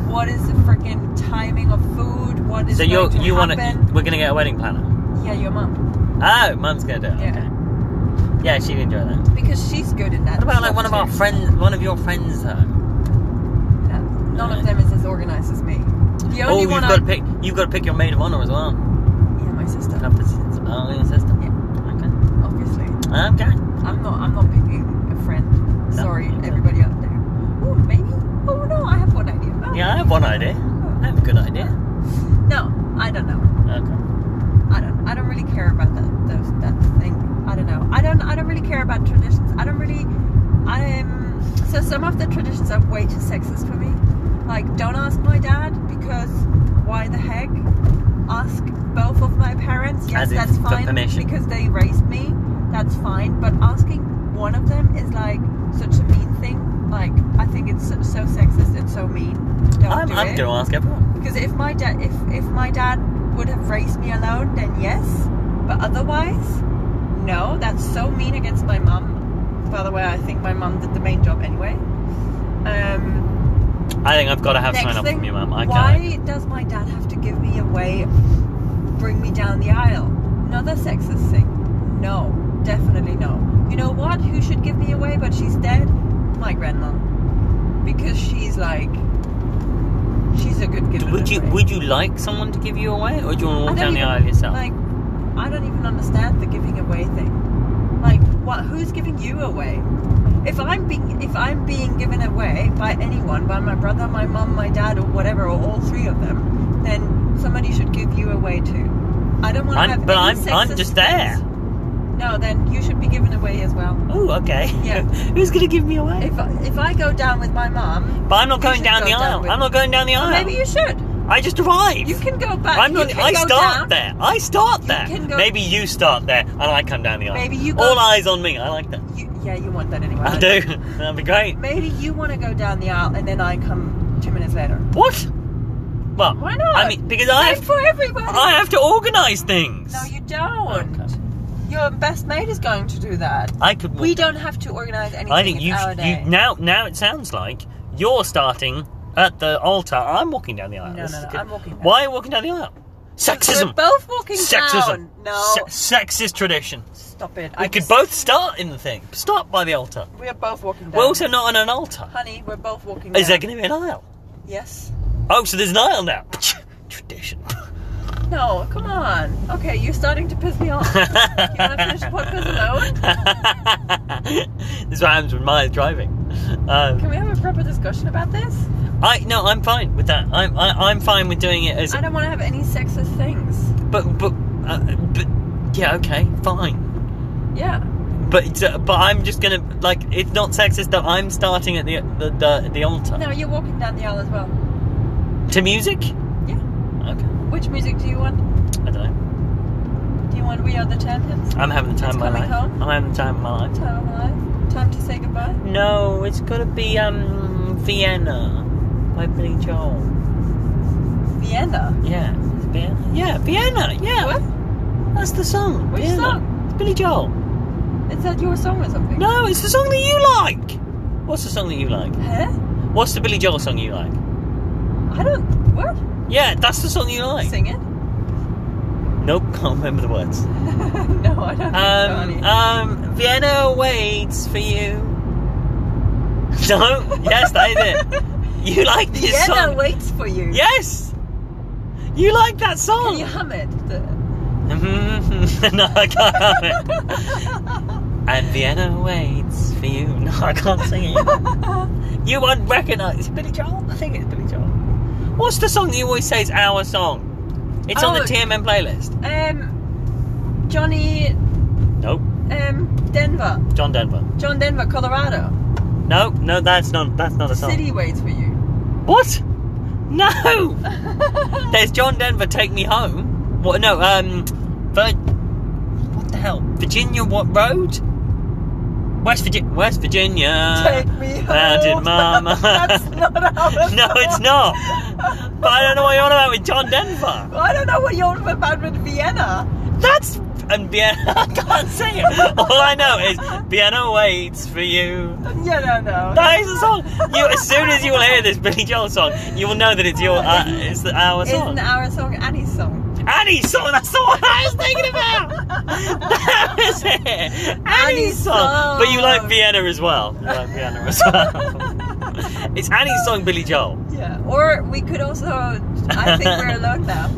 Speaker 2: what is the freaking timing of food, what is
Speaker 1: So
Speaker 2: going
Speaker 1: you
Speaker 2: to
Speaker 1: you want to?
Speaker 2: happen.
Speaker 1: We're gonna get a wedding planner.
Speaker 2: Yeah, your mum.
Speaker 1: Oh, mum's gonna do it.
Speaker 2: Yeah.
Speaker 1: Okay. Yeah, she'd enjoy that.
Speaker 2: Because she's good in that.
Speaker 1: What about like one of our
Speaker 2: too.
Speaker 1: friends? One of your friends uh, though.
Speaker 2: Yeah, None of them is as organised as me. The
Speaker 1: Oh,
Speaker 2: only
Speaker 1: you've
Speaker 2: one
Speaker 1: got
Speaker 2: I...
Speaker 1: to pick. You've got to pick your maid of honor as well.
Speaker 2: Yeah, my sister,
Speaker 1: Up the system. Oh, your sister. Yeah.
Speaker 2: obviously.
Speaker 1: Okay. Okay.
Speaker 2: I'm not I'm not picking a friend.
Speaker 1: No.
Speaker 2: Sorry, everybody out there. Oh, maybe? Oh, no, I have one idea. Oh.
Speaker 1: Yeah, I have one idea. I have a good idea.
Speaker 2: No, I don't know.
Speaker 1: Okay.
Speaker 2: I don't I don't really care about that those that thing. I don't know. I don't I don't really care about traditions. I don't really I'm so some of the traditions are way too sexist for me. Like don't ask my dad because why the heck? Ask both of my parents. Yes,
Speaker 1: As in
Speaker 2: that's
Speaker 1: for
Speaker 2: fine
Speaker 1: permission.
Speaker 2: because they raised me. That's fine. But asking one of them is like such a mean thing. Like I think it's so, so sexist and so mean. Don't
Speaker 1: I'm,
Speaker 2: do
Speaker 1: I'm
Speaker 2: it.
Speaker 1: going to ask everyone.
Speaker 2: Because if my dad, if if my dad would have raised me alone, then yes. But otherwise, no. That's so mean against my mum. By the way, I think my mum did the main job anyway. Um,
Speaker 1: I think I've got to have
Speaker 2: next
Speaker 1: sign off
Speaker 2: thing,
Speaker 1: from you, Mum. I
Speaker 2: why
Speaker 1: can't.
Speaker 2: does my dad have to give me away, bring me down the aisle? Another sexist thing. No, definitely no. You know what? Who should give me away? But she's dead. My grandma, because she's like, she's a good giver.
Speaker 1: Would you Would you like someone to give you away, or do you want to walk
Speaker 2: I
Speaker 1: down
Speaker 2: don't
Speaker 1: the
Speaker 2: even-
Speaker 1: aisle yourself?
Speaker 2: Like, I don't even understand the giving away thing. Like, what? Who's giving you away? If I'm being if I'm being given away by anyone, by my brother, my mum, my dad, or whatever, or all three of them, then somebody should give you away too. I don't want to
Speaker 1: I'm-
Speaker 2: have.
Speaker 1: but
Speaker 2: any
Speaker 1: I'm- I'm
Speaker 2: sexist
Speaker 1: just
Speaker 2: things.
Speaker 1: there.
Speaker 2: No, then you should be given away as well.
Speaker 1: oh, okay.
Speaker 2: Yeah.
Speaker 1: Who's going to give me away?
Speaker 2: If I- if I go down with my mum,
Speaker 1: but I'm not
Speaker 2: you
Speaker 1: going
Speaker 2: should
Speaker 1: down
Speaker 2: go
Speaker 1: the
Speaker 2: down
Speaker 1: aisle.
Speaker 2: with-
Speaker 1: I'm not going down the
Speaker 2: well,
Speaker 1: aisle.
Speaker 2: maybe you should.
Speaker 1: I just arrived.
Speaker 2: You can go back.
Speaker 1: I'm
Speaker 2: you
Speaker 1: not.
Speaker 2: can
Speaker 1: I
Speaker 2: go
Speaker 1: start
Speaker 2: down.
Speaker 1: there. I start there.
Speaker 2: can go-
Speaker 1: Maybe you start there, and I come down the aisle.
Speaker 2: Maybe you go-
Speaker 1: All eyes on me. I like that.
Speaker 2: You, yeah, you want that anyway.
Speaker 1: I do. That'd be great.
Speaker 2: Maybe you want to go down the aisle and then I come two minutes later.
Speaker 1: What? Well,
Speaker 2: Why not?
Speaker 1: I mean, because I
Speaker 2: Same
Speaker 1: have,
Speaker 2: for everybody.
Speaker 1: I have to organise things.
Speaker 2: No, you don't.
Speaker 1: Okay.
Speaker 2: Your best mate is going to do that.
Speaker 1: I could.
Speaker 2: We
Speaker 1: walk-
Speaker 2: don't have to organise anything.
Speaker 1: I think
Speaker 2: it's
Speaker 1: you,
Speaker 2: our
Speaker 1: should-
Speaker 2: day.
Speaker 1: you now. Now it sounds like you're starting at the altar. I'm walking down the aisle.
Speaker 2: No,
Speaker 1: This
Speaker 2: no,
Speaker 1: is
Speaker 2: no,
Speaker 1: good.
Speaker 2: I'm walking down.
Speaker 1: Why are you walking down the aisle?
Speaker 2: We're
Speaker 1: Sexism.
Speaker 2: both walking
Speaker 1: Sexism.
Speaker 2: down. No.
Speaker 1: Se- sexist tradition.
Speaker 2: Stop it.
Speaker 1: We
Speaker 2: I
Speaker 1: could
Speaker 2: just-
Speaker 1: both start in the thing. Start by the altar.
Speaker 2: We are both walking down.
Speaker 1: We're also not on an altar.
Speaker 2: Honey, we're both walking
Speaker 1: Is there
Speaker 2: down.
Speaker 1: going to be an aisle?
Speaker 2: Yes.
Speaker 1: Oh, so there's an aisle now. Tradition.
Speaker 2: No, come on. Okay, you're starting to piss me off. you want to finish the podcast alone?
Speaker 1: this is what happens when Maya's driving. Um,
Speaker 2: Can we have a proper discussion about this?
Speaker 1: I no, I'm fine with that. I'm I, I'm fine with doing it as
Speaker 2: I don't want to have any sexist things.
Speaker 1: but but uh, but yeah, okay, fine.
Speaker 2: Yeah.
Speaker 1: But it's, uh, but I'm just gonna like it's not sexist that I'm starting at the the the, the altar
Speaker 2: No, you're walking down the aisle as well.
Speaker 1: to music.
Speaker 2: Yeah.
Speaker 1: Okay,
Speaker 2: Which music do you want?
Speaker 1: I don't know.
Speaker 2: Do you want We Are the Champions?
Speaker 1: I'm having the time
Speaker 2: It's
Speaker 1: of my life.
Speaker 2: coming home?
Speaker 1: I'm having the time of my life.
Speaker 2: Time of life. Time to say goodbye.
Speaker 1: No, it's gotta be um Vienna by Billy Joel.
Speaker 2: Vienna.
Speaker 1: Yeah, it's Vienna. Yeah, Vienna. Yeah,
Speaker 2: What?
Speaker 1: that's the song.
Speaker 2: Which
Speaker 1: Vienna.
Speaker 2: song?
Speaker 1: It's Billy Joel.
Speaker 2: Is that your song or something?
Speaker 1: No, it's the song that you like. What's the song that you like?
Speaker 2: Huh?
Speaker 1: What's the Billy Joel song you like?
Speaker 2: I don't. What?
Speaker 1: Yeah, that's the song you like.
Speaker 2: Sing it?
Speaker 1: Nope, can't remember the words.
Speaker 2: no, I don't. think
Speaker 1: Um,
Speaker 2: so, honey.
Speaker 1: um, Vienna waits for you. No, yes, that is it. You like this
Speaker 2: Vienna
Speaker 1: song?
Speaker 2: waits for you.
Speaker 1: yes, you like that
Speaker 2: Can
Speaker 1: song.
Speaker 2: you hum it?
Speaker 1: Mhm. no, I can't have it. And Vienna waits for you. No, I can't sing it. You won't recognise. It's Billy Joel. I think it's Billy Joel. What's the song that you always say is our song? It's on the
Speaker 2: Oh.
Speaker 1: TMM playlist.
Speaker 2: um, Johnny
Speaker 1: Nope.
Speaker 2: um, Denver.
Speaker 1: John Denver.
Speaker 2: John Denver, Colorado.
Speaker 1: No, no, that's not that's not
Speaker 2: The
Speaker 1: a song.
Speaker 2: city waits for you.
Speaker 1: What? No. There's John Denver. Take me home. What? No. Um. Vir- what the hell? Virginia. What road? West Virginia. West Virginia.
Speaker 2: Take me home.
Speaker 1: Mountain Mama.
Speaker 2: That's not how it's
Speaker 1: no, it's not. But I don't know what you're on about with John Denver.
Speaker 2: Oh, I don't know what you're on about with Vienna.
Speaker 1: That's and Vienna. I can't say it. All I know is Vienna waits for you.
Speaker 2: Yeah, no, no.
Speaker 1: That is a song. You, as soon as you will hear this Billy Joel song, you will know that it's your, uh, it's the, our
Speaker 2: Isn't
Speaker 1: song.
Speaker 2: our song Annie's song?
Speaker 1: Annie's song. That's the one I was thinking about. That was it. Annie's,
Speaker 2: Annie's
Speaker 1: song. But you like
Speaker 2: song.
Speaker 1: Vienna as well. You like Vienna as well. it's Annie's song, Billy Joel.
Speaker 2: yeah. Or we could also. I think we're alone now.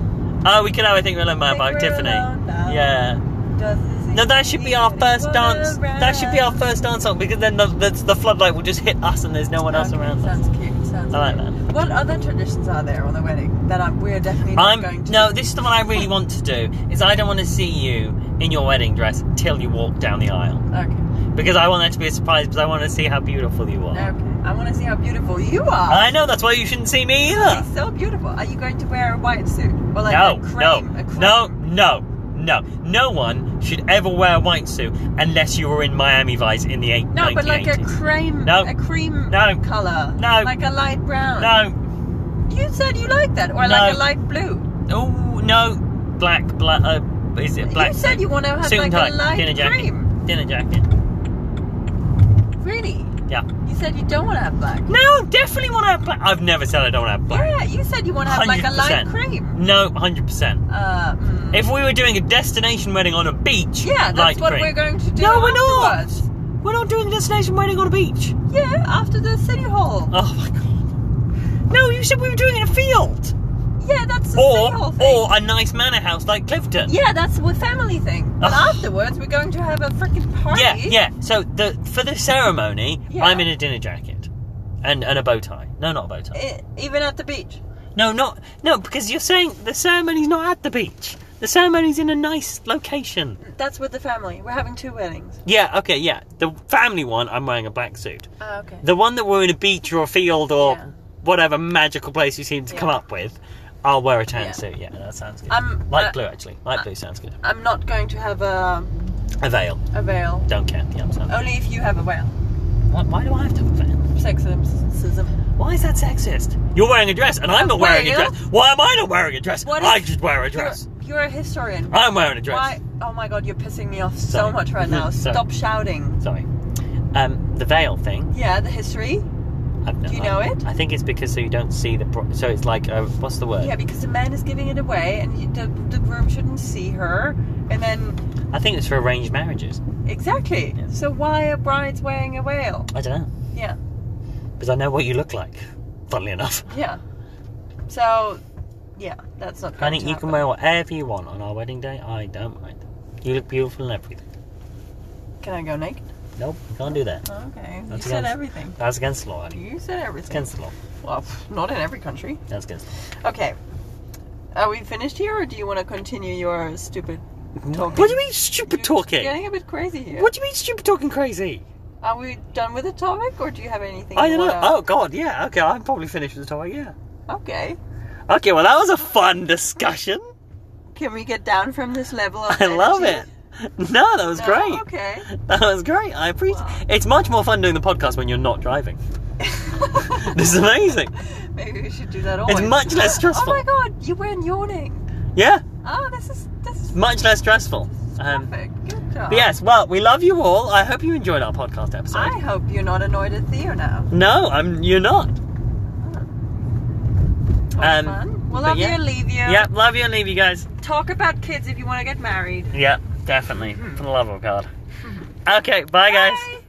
Speaker 1: Oh, we can have I think we're alone
Speaker 2: I
Speaker 1: by
Speaker 2: Think We're
Speaker 1: Tiffany.
Speaker 2: Alone Now.
Speaker 1: Yeah.
Speaker 2: Does this
Speaker 1: No, that should be our
Speaker 2: exist?
Speaker 1: first dance.
Speaker 2: Wanna
Speaker 1: That should be our
Speaker 2: run?
Speaker 1: first dance song because then the, the, the floodlight will just hit us and there's no one else
Speaker 2: Okay,
Speaker 1: around us.
Speaker 2: Sounds cute. Sounds
Speaker 1: I like
Speaker 2: cute.
Speaker 1: that.
Speaker 2: What other traditions are there on the wedding that I'm, we're definitely not
Speaker 1: I'm
Speaker 2: going to?
Speaker 1: no. This is the one I really want to do. Is I don't want to see you in your wedding dress till you walk down the aisle
Speaker 2: Okay.
Speaker 1: because I want that to be a surprise because I want to see how beautiful you are.
Speaker 2: Okay. I want to see how beautiful you are.
Speaker 1: I know that's why you shouldn't see me either.
Speaker 2: It's so beautiful. Are you going to wear a white suit or like
Speaker 1: no,
Speaker 2: a cream?
Speaker 1: no,
Speaker 2: a cream?
Speaker 1: no, no, no. No one should ever wear a white suit unless you were in Miami Vice in the eight.
Speaker 2: No, but like a
Speaker 1: 1980s.
Speaker 2: cream,
Speaker 1: No.
Speaker 2: a cream
Speaker 1: No.
Speaker 2: color,
Speaker 1: No.
Speaker 2: like a light brown.
Speaker 1: no.
Speaker 2: You said you like that, or like a
Speaker 1: No.
Speaker 2: light blue.
Speaker 1: Oh no, black, black. Uh, is it
Speaker 2: you
Speaker 1: black?
Speaker 2: said you want to have
Speaker 1: suit
Speaker 2: like
Speaker 1: and tie,
Speaker 2: a light
Speaker 1: dinner jacket,
Speaker 2: cream.
Speaker 1: dinner jacket.
Speaker 2: Really?
Speaker 1: Yeah.
Speaker 2: You said you don't want to have black.
Speaker 1: No, definitely want to have black. I've never said I don't want to have black.
Speaker 2: Yeah, you said you want to have like a light
Speaker 1: 100%.
Speaker 2: cream.
Speaker 1: No, hundred percent.
Speaker 2: Uh, mm.
Speaker 1: If we were doing a destination wedding on a beach,
Speaker 2: yeah, that's
Speaker 1: light
Speaker 2: what
Speaker 1: cream.
Speaker 2: we're going to do.
Speaker 1: No, we're not.
Speaker 2: afterwards.
Speaker 1: We're not doing a destination wedding on a beach.
Speaker 2: Yeah, after the city hall.
Speaker 1: Oh my god. No, you said we were doing it in a field
Speaker 2: yeah, that's the city hall
Speaker 1: or
Speaker 2: thing.
Speaker 1: or a nice manor house like Clifton.
Speaker 2: Yeah, that's the family thing. But
Speaker 1: Ugh.
Speaker 2: afterwards, we're going to have a freaking party.
Speaker 1: yeah, yeah. So the for the ceremony,
Speaker 2: Yeah.
Speaker 1: I'm in a dinner jacket and and a bow tie. No, not a bow tie.
Speaker 2: E- even at the beach.
Speaker 1: No, not no, because you're saying the ceremony's not at the beach. The ceremony's in a nice location.
Speaker 2: That's with the family. We're having two weddings.
Speaker 1: Yeah, okay, yeah. The family one, I'm wearing a black suit.
Speaker 2: Oh, okay.
Speaker 1: The one that we're in a beach or a field or
Speaker 2: Yeah.
Speaker 1: whatever magical place you seem to
Speaker 2: Yeah.
Speaker 1: come up with, I'll wear a tan
Speaker 2: Yeah.
Speaker 1: suit. Yeah, that sounds good.
Speaker 2: Um,
Speaker 1: Light
Speaker 2: uh,
Speaker 1: blue, actually. Light
Speaker 2: uh,
Speaker 1: blue sounds good.
Speaker 2: I'm not going to have a,
Speaker 1: A veil.
Speaker 2: a veil.
Speaker 1: Don't care. Yeah, I'm sorry.
Speaker 2: Only if you have a veil.
Speaker 1: Why, why do I have to have a veil?
Speaker 2: Sexism.
Speaker 1: Why is that sexist? You're wearing a dress and I'm
Speaker 2: A
Speaker 1: not wearing a
Speaker 2: veil?
Speaker 1: dress. Why am I not wearing a dress?
Speaker 2: What
Speaker 1: I
Speaker 2: if
Speaker 1: just wear
Speaker 2: You're,
Speaker 1: a dress.
Speaker 2: you're a historian.
Speaker 1: I'm wearing a dress.
Speaker 2: Why? Oh my god, you're pissing me off so
Speaker 1: Sorry.
Speaker 2: much right now.
Speaker 1: Sorry.
Speaker 2: Stop shouting.
Speaker 1: Sorry. Um, the veil thing.
Speaker 2: Yeah, the history.
Speaker 1: I've
Speaker 2: Do you
Speaker 1: I-
Speaker 2: know it?
Speaker 1: I think it's because so you don't see the. Pro- so it's like uh what's the word?
Speaker 2: Yeah, because the man is giving it away, and you, the the groom shouldn't see her, and then
Speaker 1: I think it's for arranged marriages.
Speaker 2: exactly.
Speaker 1: Yeah.
Speaker 2: So why a bride's wearing a veil?
Speaker 1: I don't know
Speaker 2: Yeah,
Speaker 1: because I know what you look like. Funnily enough,
Speaker 2: yeah. So, yeah, that's not.
Speaker 1: honey,
Speaker 2: going to
Speaker 1: you can
Speaker 2: happen.
Speaker 1: wear whatever you want on our wedding day. I don't mind. You look beautiful and everything.
Speaker 2: Can I go naked?
Speaker 1: Nope, you can't do that.
Speaker 2: Okay, you
Speaker 1: That's
Speaker 2: said
Speaker 1: against-
Speaker 2: everything.
Speaker 1: That's against the law. honey.
Speaker 2: You said
Speaker 1: It's
Speaker 2: everything.
Speaker 1: against the law.
Speaker 2: Well, pff, not in every country.
Speaker 1: That's against. The
Speaker 2: Okay. Are we finished here, or do you want to continue your stupid?
Speaker 1: law.
Speaker 2: Talking.
Speaker 1: What do you mean stupid
Speaker 2: You're
Speaker 1: talking?
Speaker 2: Getting a bit crazy here.
Speaker 1: What do you mean stupid talking crazy?
Speaker 2: Are we done with the topic, or do you have anything?
Speaker 1: I
Speaker 2: you
Speaker 1: don't know.
Speaker 2: wanna-
Speaker 1: Oh God, yeah. Okay, I'm probably finished with the topic. Yeah.
Speaker 2: Okay.
Speaker 1: Okay, well that was a fun discussion.
Speaker 2: Can we get down from this level of?
Speaker 1: I love it.
Speaker 2: energy?
Speaker 1: No, that was
Speaker 2: No?
Speaker 1: great.
Speaker 2: Okay.
Speaker 1: That was great. I appreciate.
Speaker 2: Wow.
Speaker 1: It's much more fun doing the podcast when you're not driving. This is amazing.
Speaker 2: Maybe we should do that always.
Speaker 1: much less stressful.
Speaker 2: Oh my god, you weren't yawning.
Speaker 1: Yeah,
Speaker 2: Oh, this is this is
Speaker 1: much less stressful. Um,
Speaker 2: perfect. Good job.
Speaker 1: but yes, well, we love you all. I hope you enjoyed our podcast episode.
Speaker 2: I hope you're not annoyed at Theo now.
Speaker 1: No, I'm. You're not.
Speaker 2: That
Speaker 1: Um,
Speaker 2: was fun. We'll
Speaker 1: but
Speaker 2: love
Speaker 1: yeah.
Speaker 2: you and leave you.
Speaker 1: Yep, love you and leave you guys.
Speaker 2: Talk about kids if you want to get married.
Speaker 1: Yep, definitely. For the love of God. Okay, bye guys.
Speaker 2: Hmm. Bye.